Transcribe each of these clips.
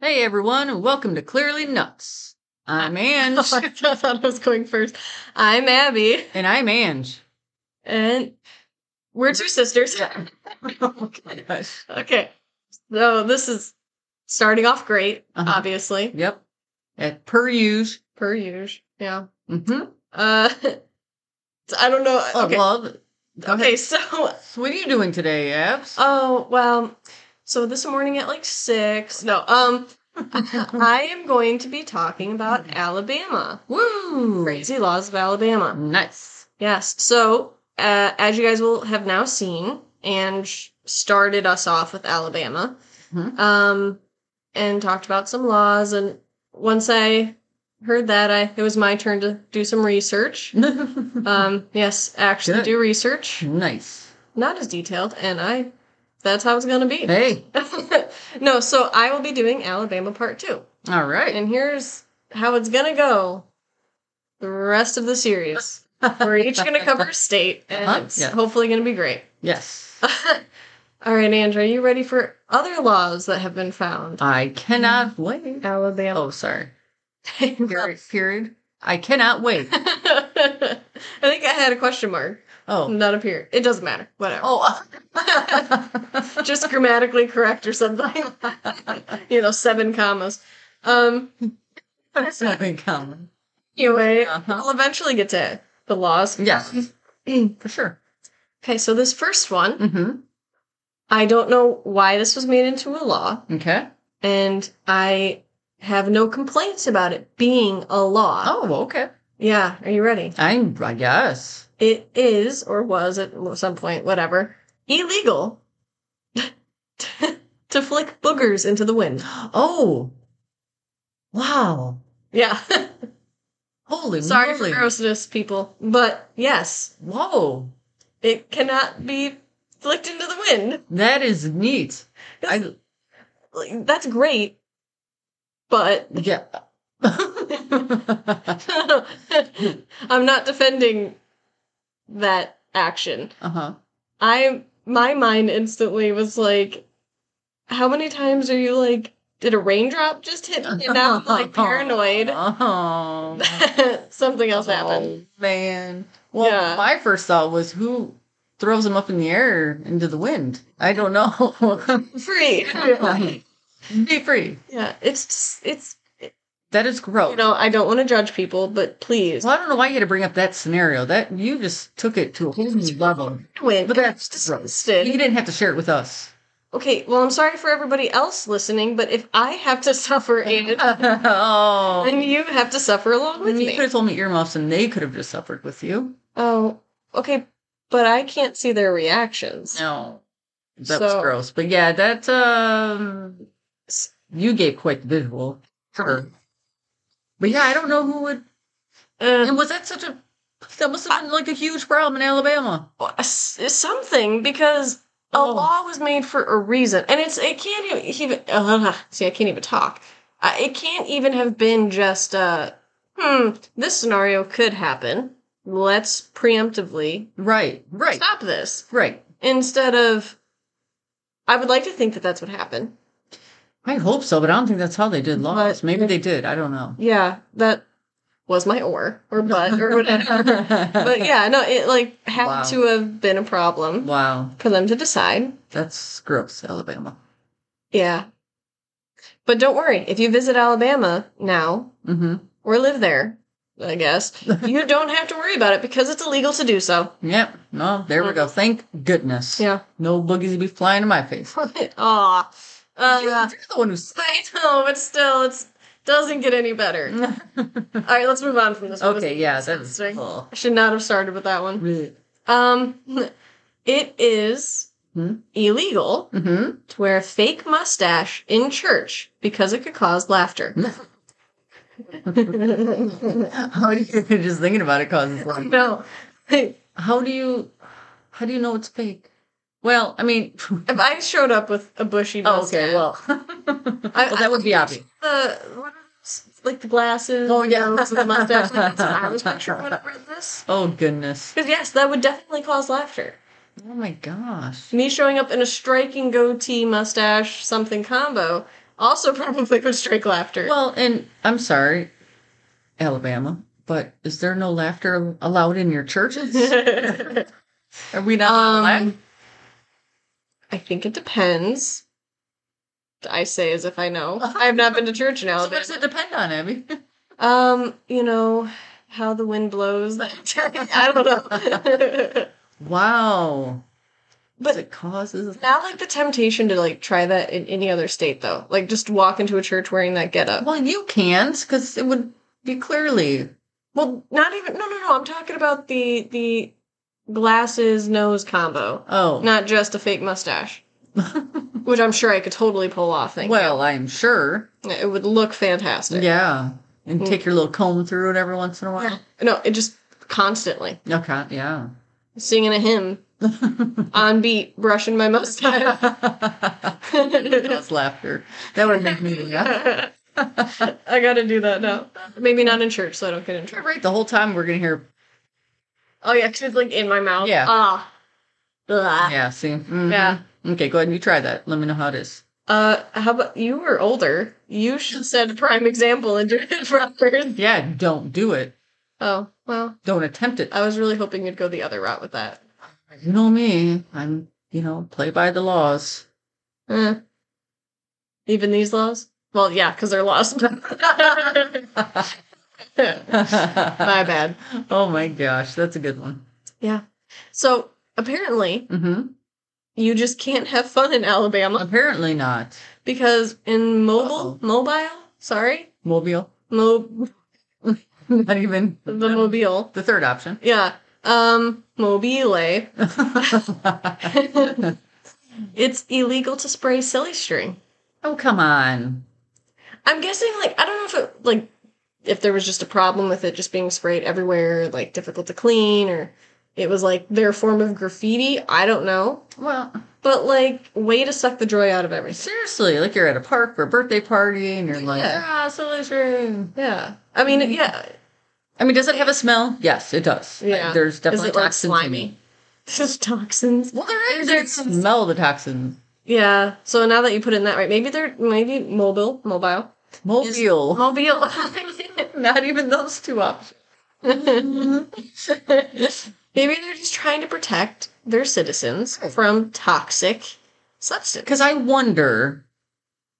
Hey everyone, and welcome to Clearly Nuts. I'm Oh, Ange, I thought I was going first. I'm Abby, and I'm Ange. and we're two sisters. Gosh. Okay, so this is starting off great, Uh-huh. obviously, Yep. At per use. per usual. Yeah. Mm-hmm. Uh, so I don't know. Of okay. love. Oh, Go okay, ahead. so So what are you doing today, Abs? oh well, so this morning at like six. No, um, I am going to be talking about Alabama, Woo! crazy laws of Alabama. Nice. Yes. So, uh, as you guys will have now seen, Ange started us off with Alabama Mhm. um, and talked about some laws. And once I heard that, I it was my turn to do some research. Um, yes, actually Good. do research. nice. Not as detailed, and I that's how it's going to be. Hey. no, so I will be doing Alabama part two. All right. And here's how it's going to go the rest of the series. We're each going to cover a state, and Uh-huh, it's yeah. hopefully going to be great. Yes. All right, Andrew, are you ready for other laws that have been found? I cannot wait. Alabama. Oh, sorry. Period. Period. I cannot wait. I think I had a question mark, Oh. not a period. It doesn't matter. Whatever. Oh. Just grammatically correct or something. you know, seven commas. Um. That's nothing common. Anyway, Uh-huh. I'll eventually get to the laws. Yes, Mm, for sure. Okay, so this first one, Mm-hmm. I don't know why this was made into a law. Okay. and I have no complaints about it being a law. Oh, okay. Yeah, are you ready? I I guess. It is, or was at some point, whatever, illegal to flick boogers into the wind. Oh. Wow. Yeah. Holy Sorry for moly. grossness, people. But yes, Whoa. it cannot be flicked into the wind. That is neat. I Like, That's great, but yeah. uh-huh. I'm not defending that action. I my mind instantly was like, how many times are you like, did a raindrop just hit me? And now I'm Uh-huh. like paranoid. Oh. Something else happened. Oh, man. Well, Yeah. my first thought was who throws them up in the air into the wind? I don't know. Free. Be free. yeah, it's just, it's That is gross. you know I don't want to judge people, but please. Well, I don't know why you had to bring up that scenario. That you just took it to a whole new level. Win. But that's Disgusted. You didn't have to share it with us. Okay, well I'm sorry for everybody else listening, but if I have to suffer it, oh, then you have to suffer along with you me. could have told me earmuffs, and they could have just suffered with you. Oh, okay, but I can't see their reactions. No, that was So- gross. But yeah, that um, S- you gave quite the visual. Sure. But yeah, I don't know who would. Uh, And was that such a? That must have been like a huge problem in Alabama. a s- something because a Oh. law was made for a reason, and it's it can't even, even uh, see. I can't even talk. Uh, it can't even have been just uh, hmm. This scenario could happen. Let's preemptively Right, right, stop this right. instead of. I would like to think that that's what happened. I hope so, but I don't think that's how they did laws. But- Maybe they did. I don't know. Yeah, that was my or or but or whatever. but yeah, no, it like had Wow. to have been a problem Wow, for them to decide. that's gross, Alabama. Yeah. But don't worry, if you visit Alabama now hmm or live there, I guess, you don't have to worry about it because it's illegal to do so. Yep. No, there we go. Thank goodness. Mm. Yeah. No boogies be flying to my face. Aw. Uh, You're the one who's. I know, but still, it's doesn't get any better. All right, let's move on from this one. Mm. okay. Yeah. That's. Sorry. Oh. I should not have started with that one. Mm-hmm. Um, it is Hmm? illegal mm-hmm. to wear a fake mustache in church because it could cause laughter. How do you just thinking about it causes like? no. How do you? How do you know it's fake? Well, I mean. If I showed up with a bushy mustache, Oh, okay. Well. well, that would be obvious. the what are those, like the glasses? Oh, yeah. the nose with the mustache. Like, that's what I was picturing when I read this. Oh goodness. Because yes, that would definitely cause laughter. Oh my gosh. Me showing up in a striking goatee mustache something combo Also, probably with straight laughter. Well, and I'm sorry, Alabama, but is there no laughter allowed in your churches? Are we not allowed? um, I think it depends. I say as if I know. I have not been to church now. So what does it depend on, Abby? Um, you know how the wind blows. I don't know. Wow. but it causes not like the temptation to like try that in any other state though. Like just walk into a church wearing that getup. Well, you can't because it would be clearly. Well, not even. No, no, no. I'm talking about the the glasses nose combo, Oh, not just a fake mustache, which I'm sure I could totally pull off. Thank well, I'm sure. you. it would look fantastic. Yeah, and Mm. take your little comb through it every once in a while. No, it just constantly Okay, yeah. singing a hymn on beat, brushing my mustache. That's laughter. That would make me laugh. I gotta do that now. Maybe not in church, so I don't get in trouble. Right, the whole time we're gonna hear. Oh yeah, 'cause it's like in my mouth. Yeah. Ah. Blah. Yeah, see. Mhm. Yeah. Okay, go ahead and you try that. Let me know how it is. Uh, how about you were older? You should set a prime example and do it proper. Yeah, don't do it. Oh well, Don't attempt it. I was really hoping you'd go the other route with that. You know me. I'm, you know, play by the laws. Eh. Even these laws? Well, yeah, because they're lost. My oh bad. my gosh, that's a good one. So apparently, hmm you just can't have fun in Alabama Apparently not. because in mobile, Uh-oh. mobile, sorry, Mobile. mo Not even the mobile, the third option. yeah, um, mobile. oh, it's illegal to spray silly string. Oh, come on. I'm guessing like I don't know if it like if there was just a problem with it just being sprayed everywhere, like difficult to clean, or it was like their form of graffiti. I don't know, Well, but like way to suck the joy out of everything. seriously, like you're at a park for a birthday party and you're like, Yeah. ah, silly string. Yeah, I mean, yeah, I mean, does it have a smell? Yes, it does. Yeah. There's is definitely it like toxins in slimy? it. This is toxins. Well, there is. There's- You can smell the toxins. Yeah. So now that you put it in that right, maybe they're maybe mobile, mobile, Mobile. mobile. Not even those two options. Maybe they're just trying to protect their citizens from toxic substances. Because I wonder,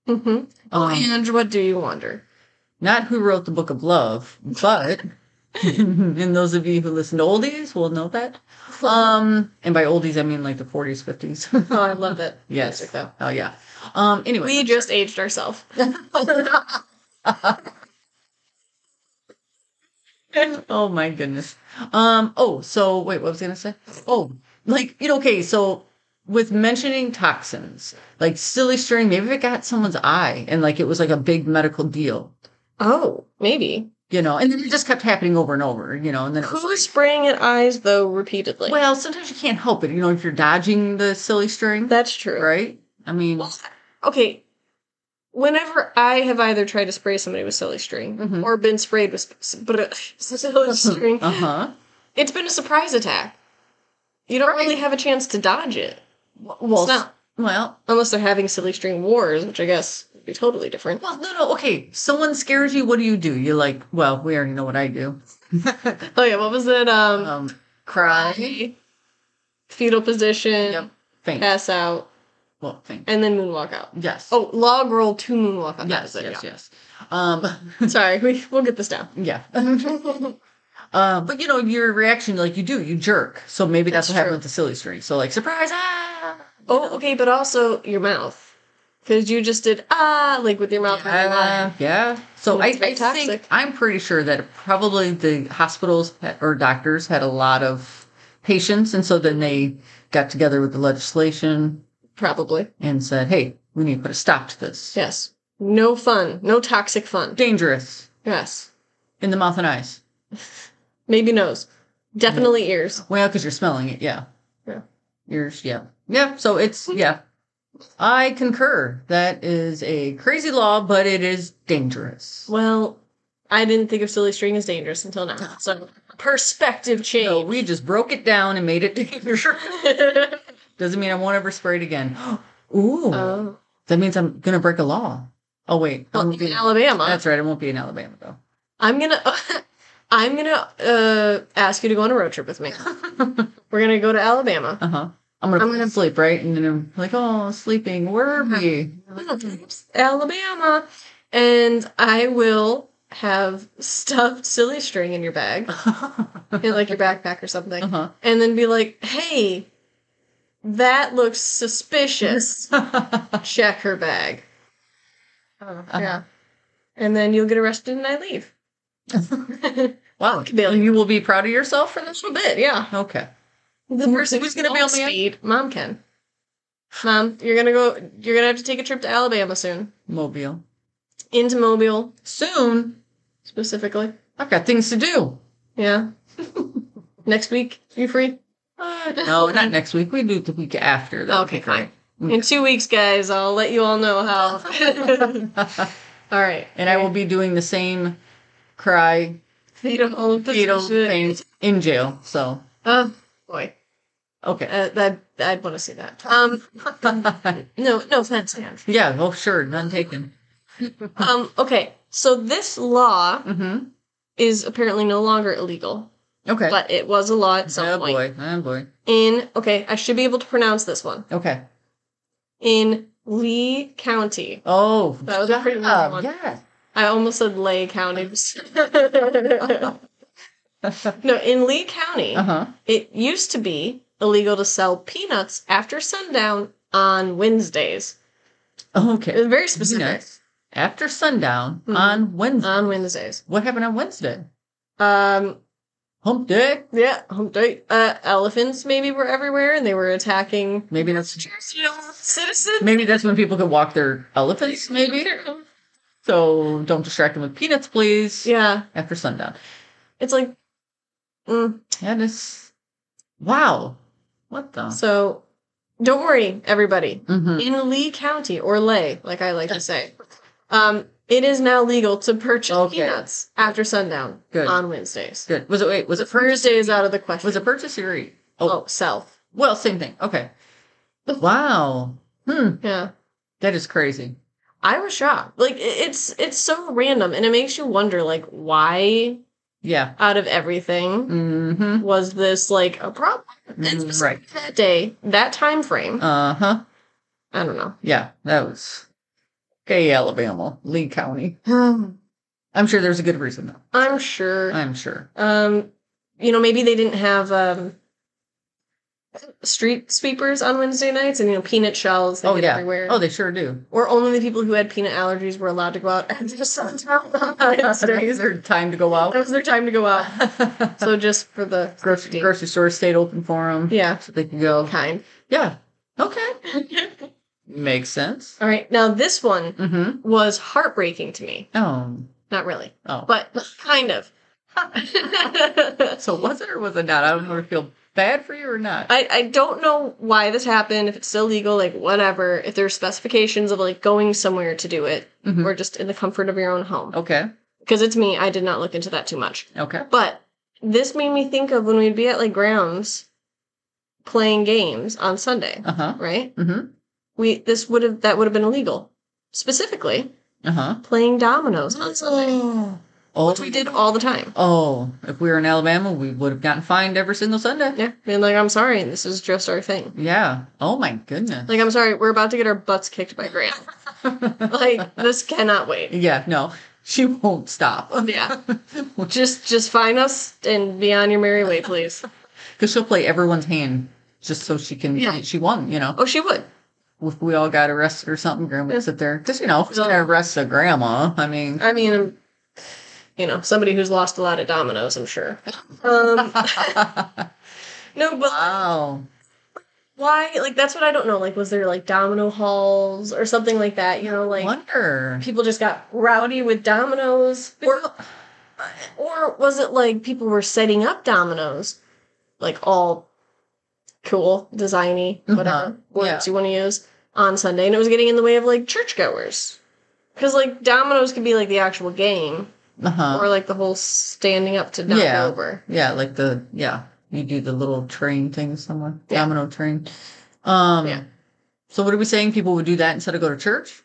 Mm-hmm. um, and what do you wonder? not who wrote the Book of Love, but and those of you who listen to oldies will know that. Um, and by oldies I mean like the 40s, 50s. Oh, I love it. yes. Music, though. Oh yeah. Um. Anyway. We just aged ourselves. oh my goodness. Um. Oh. So wait. What was I gonna say? Oh. Like you know. Okay. So with mentioning toxins, like silly string, maybe it got someone's eye, and like it was like a big medical deal. Oh, maybe. You know, and then it just kept happening over and over. You know, and then it was Who is spraying at eyes though repeatedly? Well, sometimes you can't help it. You know, if you're dodging the silly string, that's true. right? I mean, Well, okay. Whenever I have either tried to spray somebody with silly string Mhm. or been sprayed with sp- but silly string, uh huh. it's been a surprise attack. You don't really have a chance to dodge it Well, It's not- well, unless they're having silly string wars, which I guess would be totally different. well, no, no. Okay, someone scares you. What do you do? You're like, well, we already know what I do. Oh yeah, what was it? Um, Um, cry, fetal position, Yep. faint. pass out, Well, faint. and then moonwalk out. Yes. Oh, log roll to moonwalk out. yes, That was it, yes, yes. Um, yeah. Sorry, we we'll get this down. yeah. Um, but you know your reaction, like you do, you jerk. So maybe that's, That's what happened true. with the silly string. So like, surprise! Ah. Oh, okay, but also your mouth. Because you just did ah, like with your mouth. and your Uh, line. yeah. So I, It's very I think toxic. I'm pretty sure that probably the hospitals had- or doctors had a lot of patients, and so then they got together with the legislation Probably. and said, "Hey, we need to put a stop to this. Yes. No fun. No toxic fun. Dangerous Yes. in the mouth and eyes. Maybe nose. Definitely ears. Well, because you're smelling it. Yeah. Yeah. Ears. Yeah. Yeah. So it's yeah. I concur. That is a crazy law, but it is dangerous. Well, I didn't think of silly string as dangerous until now. So perspective change. So we just broke it down and made it dangerous. Oh, Doesn't mean I won't ever spray it again. Ooh. oh. That means I'm gonna break a law. Oh wait, I Well, won't be in Alabama. That's right. I won't be in Alabama though. I'm gonna I'm gonna uh, ask you to go on a road trip with me. We're gonna go to Alabama. Uh huh. I'm gonna I'm fall gonna- sleep right, and then I'm like, oh, sleeping. Where are we? Alabama. And I will have stuffed silly string in your bag. uh In like your backpack or something. huh. And then be like, hey, that looks suspicious. Check her bag. Oh, Yeah. And then you'll get arrested and I leave. Wow, Camille. you will be proud of yourself for this. Just a bit, yeah. Okay. The person who's who's gonna gonna bail bail me out? speed. Mom can. Mom, you're gonna go you're gonna have to take a trip to Alabama soon. Mobile. Into Mobile Soon. specifically. I've got things to do. Yeah. Next week, you free? Uh, no, not next week. We do it the week after. That would be Okay, fine. great. In two weeks, guys, I'll let you all know how. all right. and I will be doing the same cry fetal, fetal position. things in jail. So Oh boy, okay. uh, that I'd want to see that. Um, no, no offense, Dan. yeah. Oh, sure. None taken. Um, okay. So this law Mm-hmm. is apparently no longer illegal, Okay. but it was a law at some oh point. boy. Oh boy. In okay, I should be able to pronounce this one Okay. in Lee County. Oh. That was a pretty good long job. one. Yeah. I almost said Lay County. no, in Lee County, Uh huh. it used to be illegal to sell peanuts after sundown on Wednesdays. It Okay. was very specific. Peanuts After sundown Mhm. on Wednesday. On Wednesdays. what happened on Wednesday? Um, Hump day. yeah, hump day. Uh, elephants maybe were everywhere and they were attacking Maybe that's citizens. maybe that's when people could walk their elephants. Maybe. So don't distract them with peanuts, please. Yeah, After sundown. it's like, mm. That is. Wow. What the? so don't worry, everybody. hmm in Lee County or Lay, like I like to say. Um, it is now legal to purchase Okay. peanuts after sundown Good. on Wednesdays. Good. Was it? Wait. Was The it purchase? Thursday is out of the question. Was it purchase or eat? oh, self. Well, same thing. Okay. Wow. Hmm. Yeah, That is crazy. I was shocked. Like i- it's it's so random, and it makes you wonder, like why Yeah. out of everything Mm-hmm. was this like a problem? And Mm, specific to That day, that time frame. Uh huh. I don't know. Yeah. That was. Okay, Alabama, Lee County. Um. I'm sure there's a good reason though. I'm sure. I'm sure. um you know maybe they didn't have um street sweepers on wednesday nights and you know peanut shells they Oh get yeah. everywhere Oh, they sure do. or only the people who had peanut allergies were allowed to go out and just sundown on wednesdays Is there time to go that was their time to go out out? so just for the grocery, grocery store stayed open for them. yeah So they could go. kind Yeah. Okay. Makes sense. all right now this one Mm-hmm. was heartbreaking to me Oh. not really Oh. but kind of I, So was it or was it not? I don't know if I feel bad for you or not. I don't know why this happened if it's still legal like whatever if there's specifications of like going somewhere to do it Mhm. or just in the comfort of your own home. Okay. Because it's me, I did not look into that too much. Okay. But this made me think of when we'd be at like grounds playing games on Sunday, Uh huh. right? Mm-hmm. We this would have that would have been illegal. Specifically, Uh huh. playing dominoes on Sunday, Oh, which we did all the time. Oh, if we were in Alabama, we would have gotten fined every single Sunday. Yeah, being like, I'm sorry, this is just our thing. Yeah. Oh my goodness. Like, I'm sorry, we're about to get our butts kicked by Grant. like, this cannot wait. yeah. No, she won't stop. Yeah. Just, just find us and be on your merry way, please. Because she'll play everyone's hand just so she can. Yeah. She won. You know, Oh, she would. if we all got arrested or something, Grandma Yeah. would sit there because you know, who's gonna arrest a grandma? I mean, I mean, um, you know, somebody who's lost a lot at dominoes, I'm sure. Um, no, but wow. why? Like, that's what I don't know. Like, was there like domino halls or something like that? You know, like Wonder. people just got rowdy with dominoes, or or was it like people were setting up dominoes, like all cool, designy, whatever Uh-huh. words you want to use on Sunday, and it was getting in the way of like churchgoers. Because like dominoes could be like the actual game, Uh huh. or like the whole standing up to knock Yeah. over. Yeah, like the yeah, you do the little train thing somewhere, Yeah. domino train. Um, Yeah. So what are we saying? People would do that instead of go to church?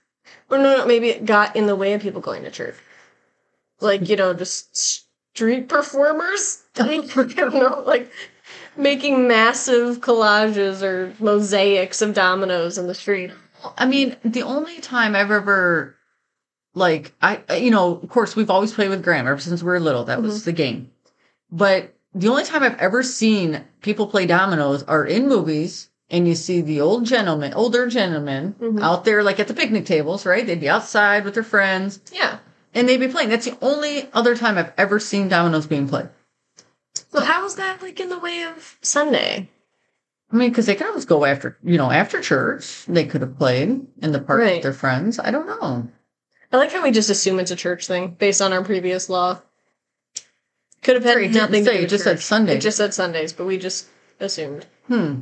or no, no, maybe it got in the way of people going to church. Like you know, just street performers. Like, you know, like making massive collages or mosaics of dominoes in the street. I mean, the only time I've ever like I I- you know, of course we've always played with Graham ever since we were little. That Mm-hmm. was the game. But the only time I've ever seen people play dominoes are in movies and you see the old gentleman, older gentlemen Mhm. out there like at the picnic tables, right? They'd be outside with their friends Yeah. and they'd be playing. That's the only other time I've ever seen dominoes being played. So how is that like in the way of Sunday? I mean, because they could always go after, you know, after church. They could have played in the park Right. with their friends. I don't know. I like how we just assume it's a church thing based on our previous law. Could have had Sorry, it didn't nothing. to say, do it with just said church. Sunday. It just said Sundays, but we just assumed Hmm.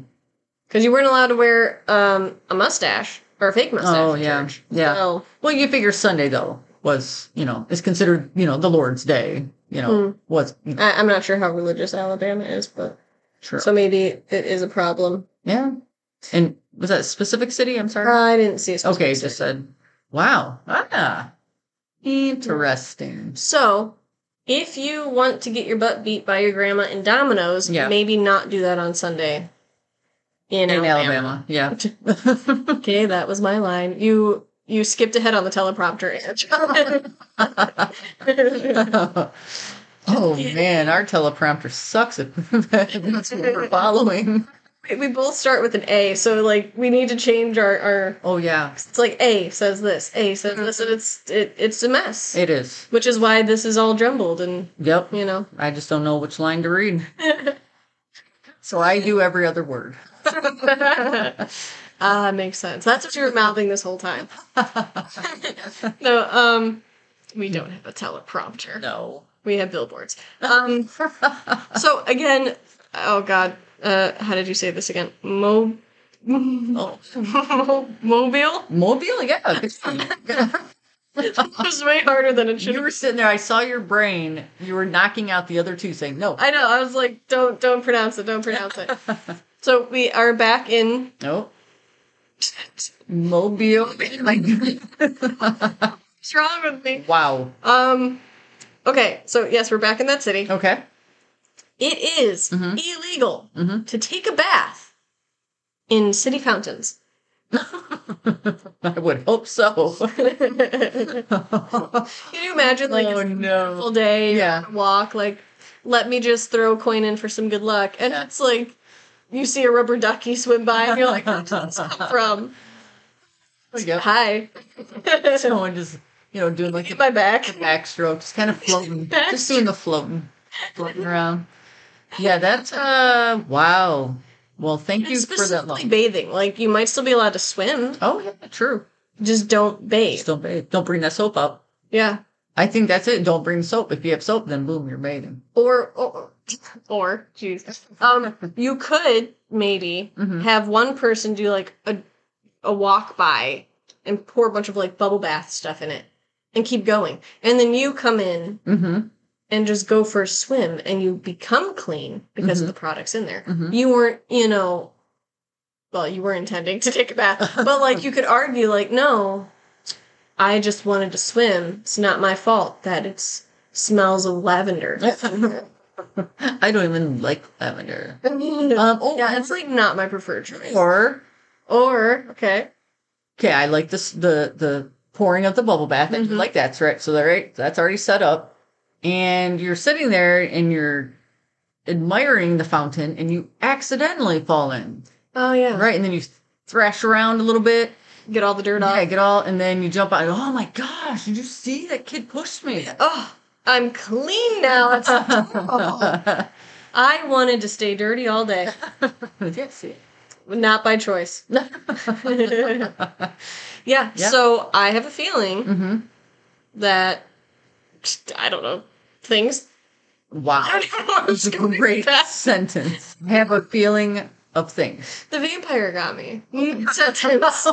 because you weren't allowed to wear um, a mustache or a fake mustache. Oh in yeah, church. yeah. So, Well, you figure Sunday though was, you know, is considered, you know, the Lord's day. You know, was you know, hmm, I, I'm not sure how religious Alabama is, but sure. so maybe it is a problem. yeah. And was that a specific city? I'm sorry. I didn't see. A okay, specific just said. Wow. Ah. Interesting. So, if you want to get your butt beat by your grandma in Domino's, Yeah. maybe not do that on Sunday in, In Alabama, Alabama. yeah. Okay, that was my line. You you skipped ahead on the teleprompter. oh man, our teleprompter sucks if that's what we're following. we both start with an A, so like we need to change our our. Oh yeah, It's like A says this, A says this, and it's it, it's a mess. it is. which is why this is all jumbled, and Yep. you know. I just don't know which line to read. So I do every other word. Ah, makes sense. That's what you were mouthing this whole time. no, um, we don't have a teleprompter. No. Oh. We have billboards. Um, so again, oh god, uh, how did you say this again? Mo, Oh, Mo- mobile. mobile, yeah. good for you. It was way harder than it should. you have were sitting there. I saw your brain. You were knocking out the other two, saying no. I know. I was like, don't, don't pronounce it. Don't pronounce it. so we are back in. No. Mobile. Oh My goodness. What's wrong with me? wow. Um. Okay, so yes, we're back in that city. Okay. It is Mhm. illegal Mhm. to take a bath in city fountains. I would hope so. Can you imagine, like, oh it's a no. beautiful day, you're Yeah. on a walk, like, let me just throw a coin in for some good luck, and Yeah. it's like you see a rubber ducky swim by, and you're like, "Where's this come from? Yep. Hi, get Someone just, you know, doing like the my back." backstroke, just kind of floating, just doing the floating, floating around. Yeah, that's uh, wow. Well, thank you for that. Specifically Long. bathing, like you might still be allowed to swim, Oh yeah, true. just don't bathe. Just don't bathe. Don't bring that soap up. yeah, I think that's it. Don't bring soap. If you have soap, then boom, you're bathing. Uh, or or or jeez um you could maybe Mhm. have one person do like a a walk by and pour a bunch of like bubble bath stuff in it and keep going and then you come in Mm-hmm. and just go for a swim and you become clean because of the products in there Mhm. you weren't you know well you were intending to take a bath but like you could argue like no i just wanted to swim it's not my fault that it's smells of lavender I don't even like lavender. yeah, Um, oh, it's like not my preferred choice. or Or okay, okay, I like this the the pouring of the bubble bath. I do Mhm. like that's right. So that right, that's already set up, and you're sitting there and you're admiring the fountain, and you accidentally fall in, oh yeah, right? And then you thrash around a little bit. get all the dirt Yeah, off. get all, and then you jump out. and go, oh my gosh! Did you see that kid pushed me? Oh, I'm clean now. It's Mm-hmm. terrible. I wanted to stay dirty all day, yeah, see. not by choice. yeah, so I have a feeling hmm that I don't know things. I Wow. don't even know where I It's was a going with great that. sentence. I have a feeling of things. The vampire got me. Sentence.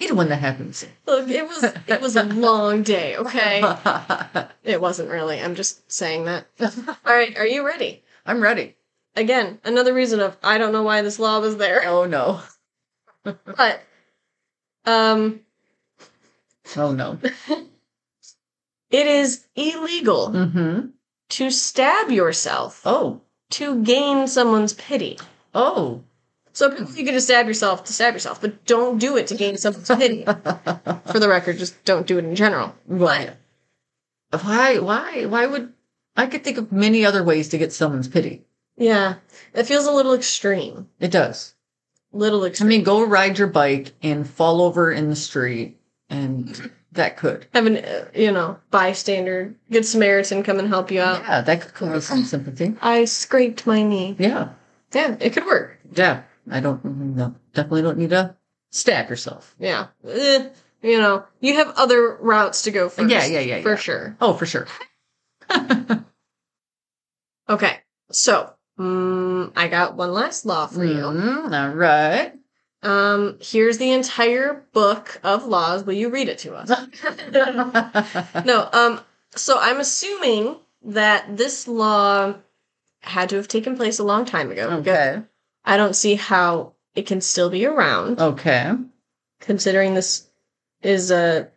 you know when that happens. Look, it was it was a long day. Okay. It wasn't really. I'm just saying that. All right, are you ready? I'm ready. Again, another reason of I don't know why this law was there, Oh no. but um Oh no. It is illegal Mm-hmm. to stab yourself Oh. to gain someone's pity. Oh. So apparently you can just stab yourself to stab yourself, but don't do it to gain someone's pity. For the record, just don't do it in general. Right. Why? Why? Why would? I could think of many other ways to get someone's pity. Yeah. It feels a little extreme. It does. Little I extreme. mean, go ride your bike and fall over in the street, and that could. Have an, uh, you know, bystander, good Samaritan come and help you out. Yeah, that could cause some sympathy. I scraped my knee. Yeah. Yeah, it could work. Yeah. I don't. mm, No. Definitely don't need to stab yourself. Yeah. Eh, you know, you have other routes to go first. Yeah, yeah, yeah, For yeah. sure. Oh, for sure. Okay. So, mm, I got one last law for you. Mm, all right. Um, here's the entire book of laws. Will you read it to us? no, um, so I'm assuming that this law had to have taken place a long time ago. okay. I don't see how it can still be around, Oh. Okay. considering this is a.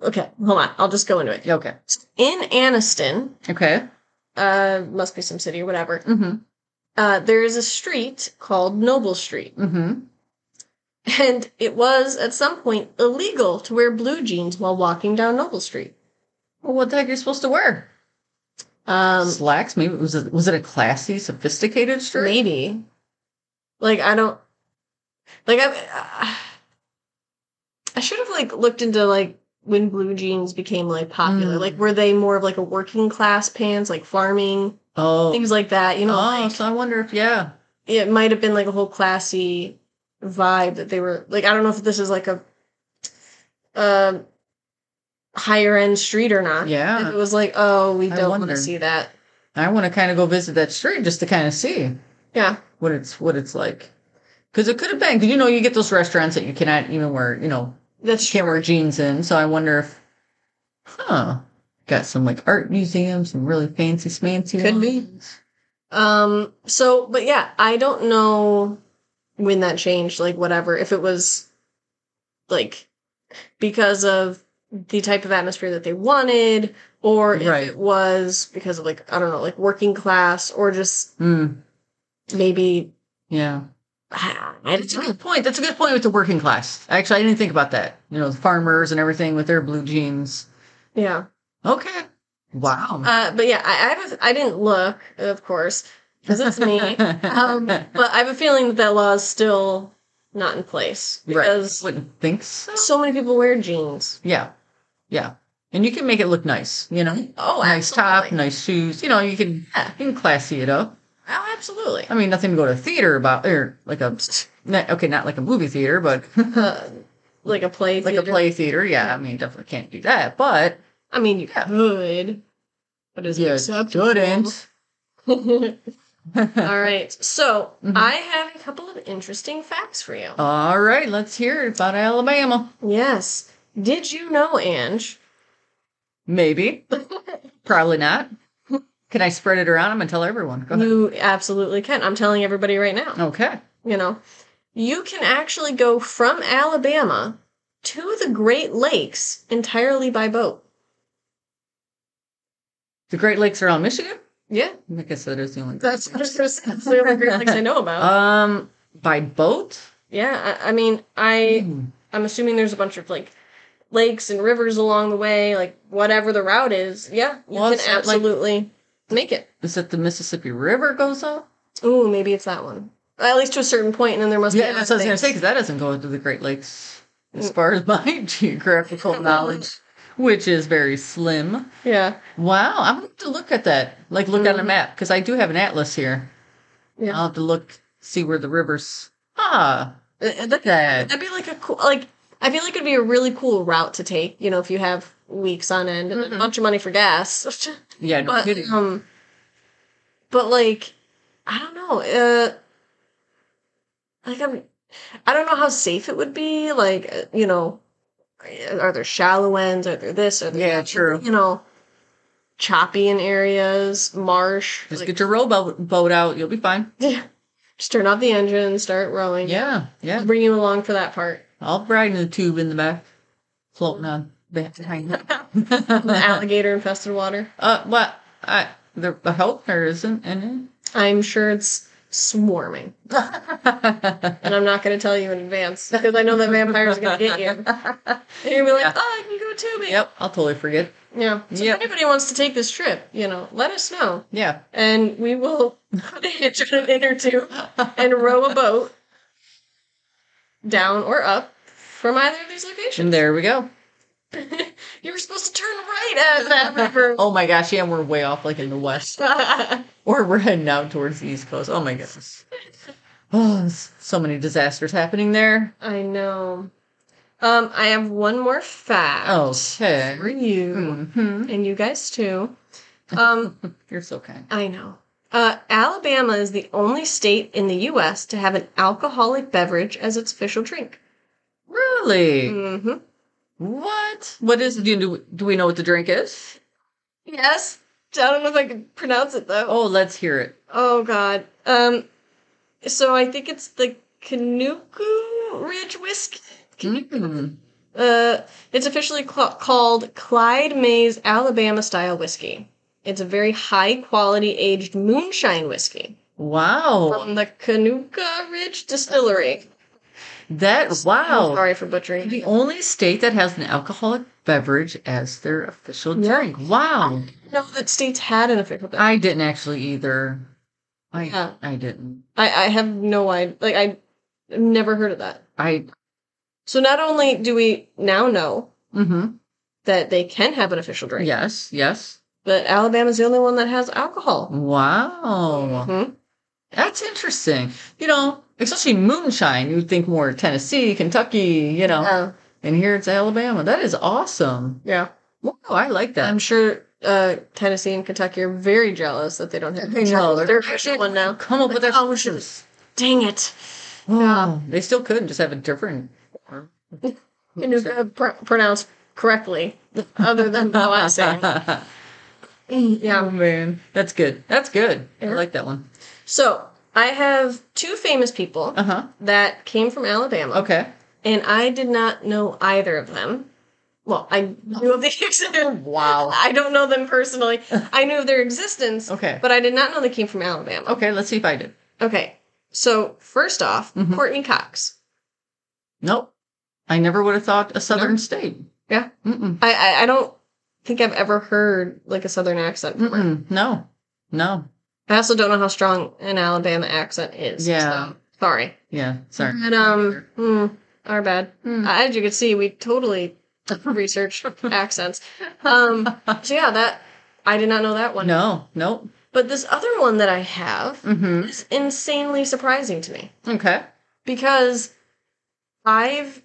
Okay, hold on. I'll just go into it. Okay. In Anniston, Okay. uh, must be some city or whatever, Mm-hmm. uh, there is a street called Noble Street. Mm-hmm. And it was at some point illegal to wear blue jeans while walking down Noble Street. Well, what the heck are you supposed to wear? Um, Slacks? Maybe it was a, was it a classy, sophisticated shirt? Maybe. Like I don't. Like I. I should have like looked into like when blue jeans became like popular. Mm. Like were they more of like a working class pants, like farming Oh. things like that? You know, oh, like, so I wonder if yeah. it might have been like a whole classy vibe that they were like. I don't know if this is like a. Um. higher end street or not. If Yeah. it was like, oh, we I don't want to wondered. see that. I want to kind of go visit that street just to kind of see Yeah. what it's what it's like. Because it could have been, because you know, you get those restaurants that you cannot even wear, you know, That's you can't wear jeans in. So I wonder if, huh, got some like art museums, some really fancy, smancy. Could be. ones. Um, so, but yeah, I don't know when that changed, like, whatever, if it was like because of the type of atmosphere that they wanted, or if Right. it was because of like, I don't know, like working class, or just Mm, maybe, yeah. I I That's a don't know. good point. That's a good point with the working class. Actually, I didn't think about that. You know, the farmers and everything with their blue jeans. Yeah. Okay. Wow. Uh, but yeah, I, I have, a, I didn't look, of course, because it's me. um, but I have a feeling that that law is still not in place because right. Wouldn't think so. so many people wear jeans. Yeah. Yeah. And you can make it look nice, you know? Oh, nice top, absolutely. nice shoes. You know, you can Yeah. you can classy it up. Oh, absolutely. I mean, nothing to go to theater about, or like a not- okay, not like a movie theater, but Uh, like a play like a theater. play theater. Yeah, I mean, definitely can't do that, but I mean, you Yeah. could, but it's you acceptable. shouldn't. All right. So Mhm. I have a couple of interesting facts for you. All right, let's hear it about Alabama. Yes. Did you know, Ange? Maybe, probably not. Can I spread it around? I'm gonna tell everyone. Go ahead. You absolutely can. I'm telling everybody right now. Okay. You know, you can actually go from Alabama to the Great Lakes entirely by boat. The Great Lakes are on Michigan. Yeah, I guess that is the only. that's that's the only Great Lakes I know about. Um, by boat. yeah, I, I mean, I Hmm. I'm assuming there's a bunch of like lakes and rivers along the way, like whatever the route is. Yeah, you Well, it's can not like- absolutely make it. Is it the Mississippi River goes up? Ooh, maybe it's that one. At least to a certain point, and then there must Yeah, be. that's other what I was gonna things. say because that doesn't go into the Great Lakes as Mm. far as my geographical knowledge, which is very slim. Yeah, Wow, I'm gonna have to look at that, like look on a Mhm. map because I do have an atlas here. yeah. I'll have to look, see where the rivers. Ah, Uh, that. that- That'd be like a cool like. I feel like it'd be a really cool route to take. You know, if you have weeks on end and a Mhm. bunch of money for gas. Yeah, no but kidding. um, but like, I don't know. Uh, like I'm, I don't know how safe it would be. Like uh, you know, are there shallow ends? Are there this? Are there Yeah, that? true. You know, choppy in areas, marsh. Just like- get your rowboat boat out. You'll be fine. yeah. Just turn off the engine, start rowing. Yeah, yeah. I'll bring you along for that part. I'll ride in the tube in the back. floating on behind it. The alligator infested water. uh, well, I, the, the helper isn't in I'm sure it's swarming. it. And I'm not going to tell you in advance because I know that vampires are going to get you. And you're going to be like, Yeah. oh, I can go too, man. yep, I'll totally forget. Yeah. So Yep. if anybody wants to take this trip, you know, let us know. Yeah. And we will put a hitch on an inner tube and row a boat down or up from either of these locations. And there we go. you were supposed to turn right at that river. Oh my gosh, yeah, we're way off like in the west. Or we're heading out towards the east coast. Oh my goodness. Oh, there's so many disasters happening there. I know. Um, I have one more fact Oh, Okay. for you hmm and you guys too. Um, You're so kind. I know. Uh, Alabama is the only state in the U.S. to have an alcoholic beverage as its official drink. Really? hmm What? What is do, do do we know what the drink is? Yes. I don't know if I can pronounce it though. Oh, let's hear it. Oh god. Um so I think it's the Canuku Ridge whiskey. Mm. Uh it's officially cl- called Clyde Mays Alabama style whiskey. It's a very high quality aged moonshine whiskey Wow. from the Canuka Ridge Distillery. That I'm wow. sorry for butchering. The only state that has an alcoholic beverage as their official Yeah. drink. Wow. No, that states had an official. I, I didn't actually either. I Yeah. I didn't. I have no idea. Like I- I've never heard of that. I So not only do we now know mhm. that they can have an official drink, Yes, yes. But Alabama's the only one that has alcohol. Wow. Mhm. That's interesting. You know, especially moonshine, you'd think more Tennessee, Kentucky, you know. Oh, And here it's Alabama. That is awesome. yeah. Wow, I like that. I'm sure uh, Tennessee and Kentucky are very jealous that they don't have I know, they're- their official one now. Come up with their Oh, solutions. Dang it. Oh, they still could and just have a different. form. It is uh, pr- pronounced correctly, other than how I say it. Oh Yeah. man, that's good. That's good. I Yeah. like that one. So I have two famous people Uh huh. that came from Alabama, Okay. and I did not know either of them. Well, I knew of the existence. Wow. I don't know them personally. I knew of their existence, Okay. but I did not know they came from Alabama. Okay. Let's see if I did. Okay. So first off, Mhm. Courtney Cox. Nope. I never would have thought a southern state. Yeah. Mm-mm. I, I I don't think I've ever heard like a southern accent. from her. Mm-mm. No. No. I also don't know how strong an Alabama accent is. Yeah. so, sorry. Yeah. Sorry. But um, hmm, our bad. Mm. As you can see, we totally research accents. Um, so yeah, that I did not know that one. No. Nope. But this other one that I have Mm-hmm. is insanely surprising to me. Okay. because I've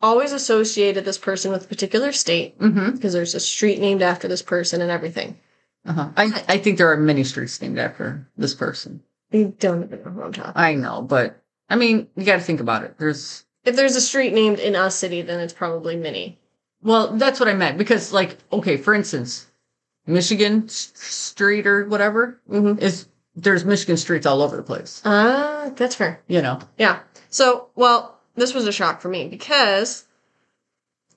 always associated this person with a particular state Mm-hmm. because there's a street named after this person and everything. Uh-huh. I I think there are many streets named after this person. You don't even know who I'm talking. I know, but I mean, you got to think about it. There's If there's a street named in a city, then it's probably Minnie. Well, that's what I meant because, like, okay, for instance, Michigan S- Street or whatever Mm-hmm. is there's Michigan streets all over the place. Ah, that's fair. You know, Yeah. So, well, this was a shock for me because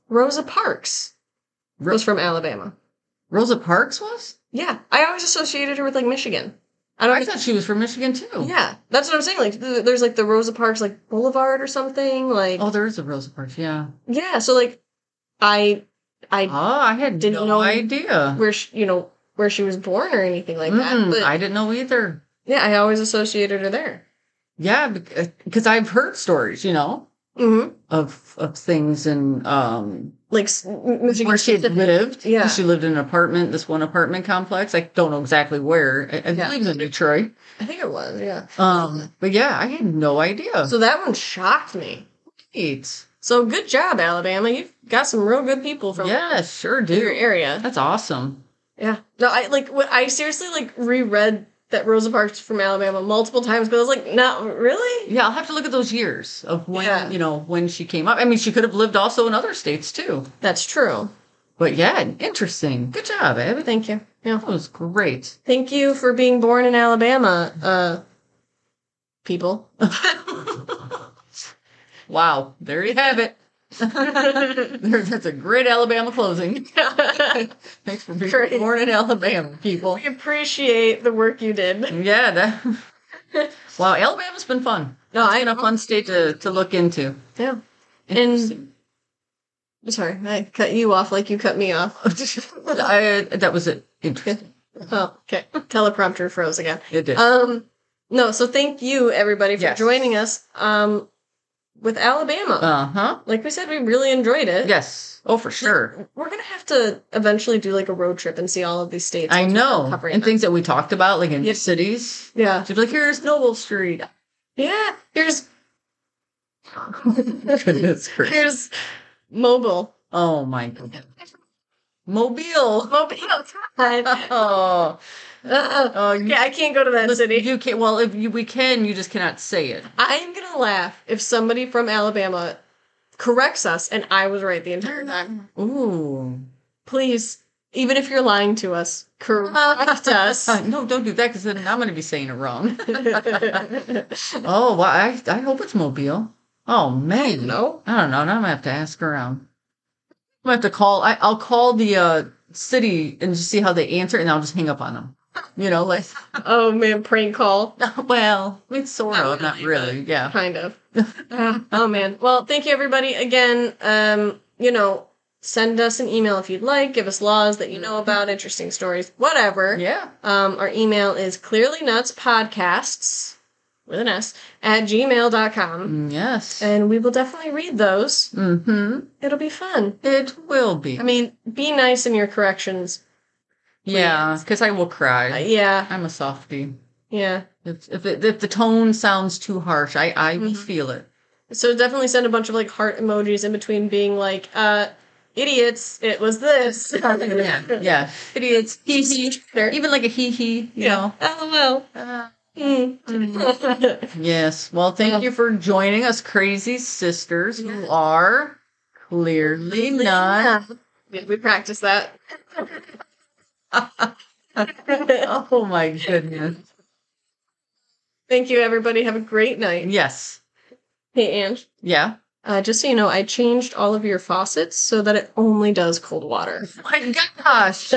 Rosa Parks Ro- was from Alabama. Rosa Parks was. Yeah, I always associated her with like Michigan. I don't. I think- thought she was from Michigan too. yeah, that's what I'm saying. Like, th- there's like the Rosa Parks like Boulevard or something. Like, Oh, there is a Rosa Parks. Yeah. Yeah, so like I I Oh, I had Didn't no know- idea. where she, you know where she was born or anything like that. Mm-mm, But Mm, I didn't know either. yeah, I always associated her there. Yeah, because I've heard stories, you know, Mm-hmm. of of things and um Like s- M- Michigan. where she had specific- lived. Yeah. she lived in an apartment, this one apartment complex. I don't know exactly where. I, I Yeah. believe it was in Detroit. I think it was. Yeah. Um, but yeah, I had no idea. So that one shocked me. Sweet. So good job, Alabama. You've got some real good people from yeah, sure your do. area. That's awesome. Yeah. No, I like what I seriously like reread that Rosa Parks from Alabama multiple times because I was like, not really. Yeah, I'll have to look at those years of when Yeah. you know when she came up. I mean, she could have lived also in other states too. That's true. But yeah, interesting. Good job, Abby. Thank you. Yeah. That was great. Thank you for being born in Alabama, uh, people. Wow, there you have it. There- That's a great Alabama closing. Thanks for being Great. born in Alabama, people. we appreciate the work you did. Yeah. That, wow, Alabama's been fun. No, It's been a fun state to, to look into. Yeah. Interesting. Sorry, I cut you off like you cut me off. I, that was it. Interesting. Oh, okay. Teleprompter froze again. It did. Um, no, so thank you everybody for Yes. joining us. Um, with Alabama, Uh huh. like we said, we really enjoyed it. Yes. Oh, for sure. We're gonna have to eventually do like a road trip and see all of these states. I know. covering And that. things that we talked about, like in Yep. cities. Yeah. She'd be like, here's Noble Street. Yeah. Here's Goodness gracious. here's mobile. Oh my goodness. Mobile. Mobile. God. Oh, Uh, oh you, yeah, I can't go to that listen, city. you can't. Well, if you, we can, you just cannot say it. I am gonna laugh if somebody from Alabama corrects us and I was right the entire time. Ooh. Please, even if you're lying to us, correct us. Uh, no, don't do that because then I'm going to be saying it wrong. no. oh, well, I, I hope it's Mobile. Oh, man. I don't know. Now I'm gonna have to ask around. I'm gonna have to call. I, I'll call the uh, city and just see how they answer, and I'll just hang up on them. You know, like, Oh man, prank call. well, it's sort Not of, not really, but- really. Yeah. Kind of. oh man. Well, thank you everybody again. Um, you know, send us an email if you'd like, give us laws that you know about, interesting stories, whatever. Yeah. Um, our email is clearly nuts podcasts with an S at gmail.com. Mm, Yes. And we will definitely read those. Mm-hmm. It'll be fun. It will be. I mean, be nice in your corrections. yeah, because I will Uh, cry. yeah, I'm a softie. yeah. If if, it, if the tone sounds too harsh, I I will Mhm. feel it. So definitely send a bunch of like heart emojis in between being like, uh, idiots, it was this. Yeah. Yeah. Idiots. Hee hee. Even like a hee hee. You Yeah. know. LOL. Uh, Mm. Yes. Well, thank Yeah. you for joining us, crazy sisters who are clearly not. Yeah, we practice that. Oh my goodness. Thank you, everybody. Have a great night. Yes. Hey, Ange. Yeah. Uh, just so you know, I changed all of your faucets so that it only does cold water. My gosh.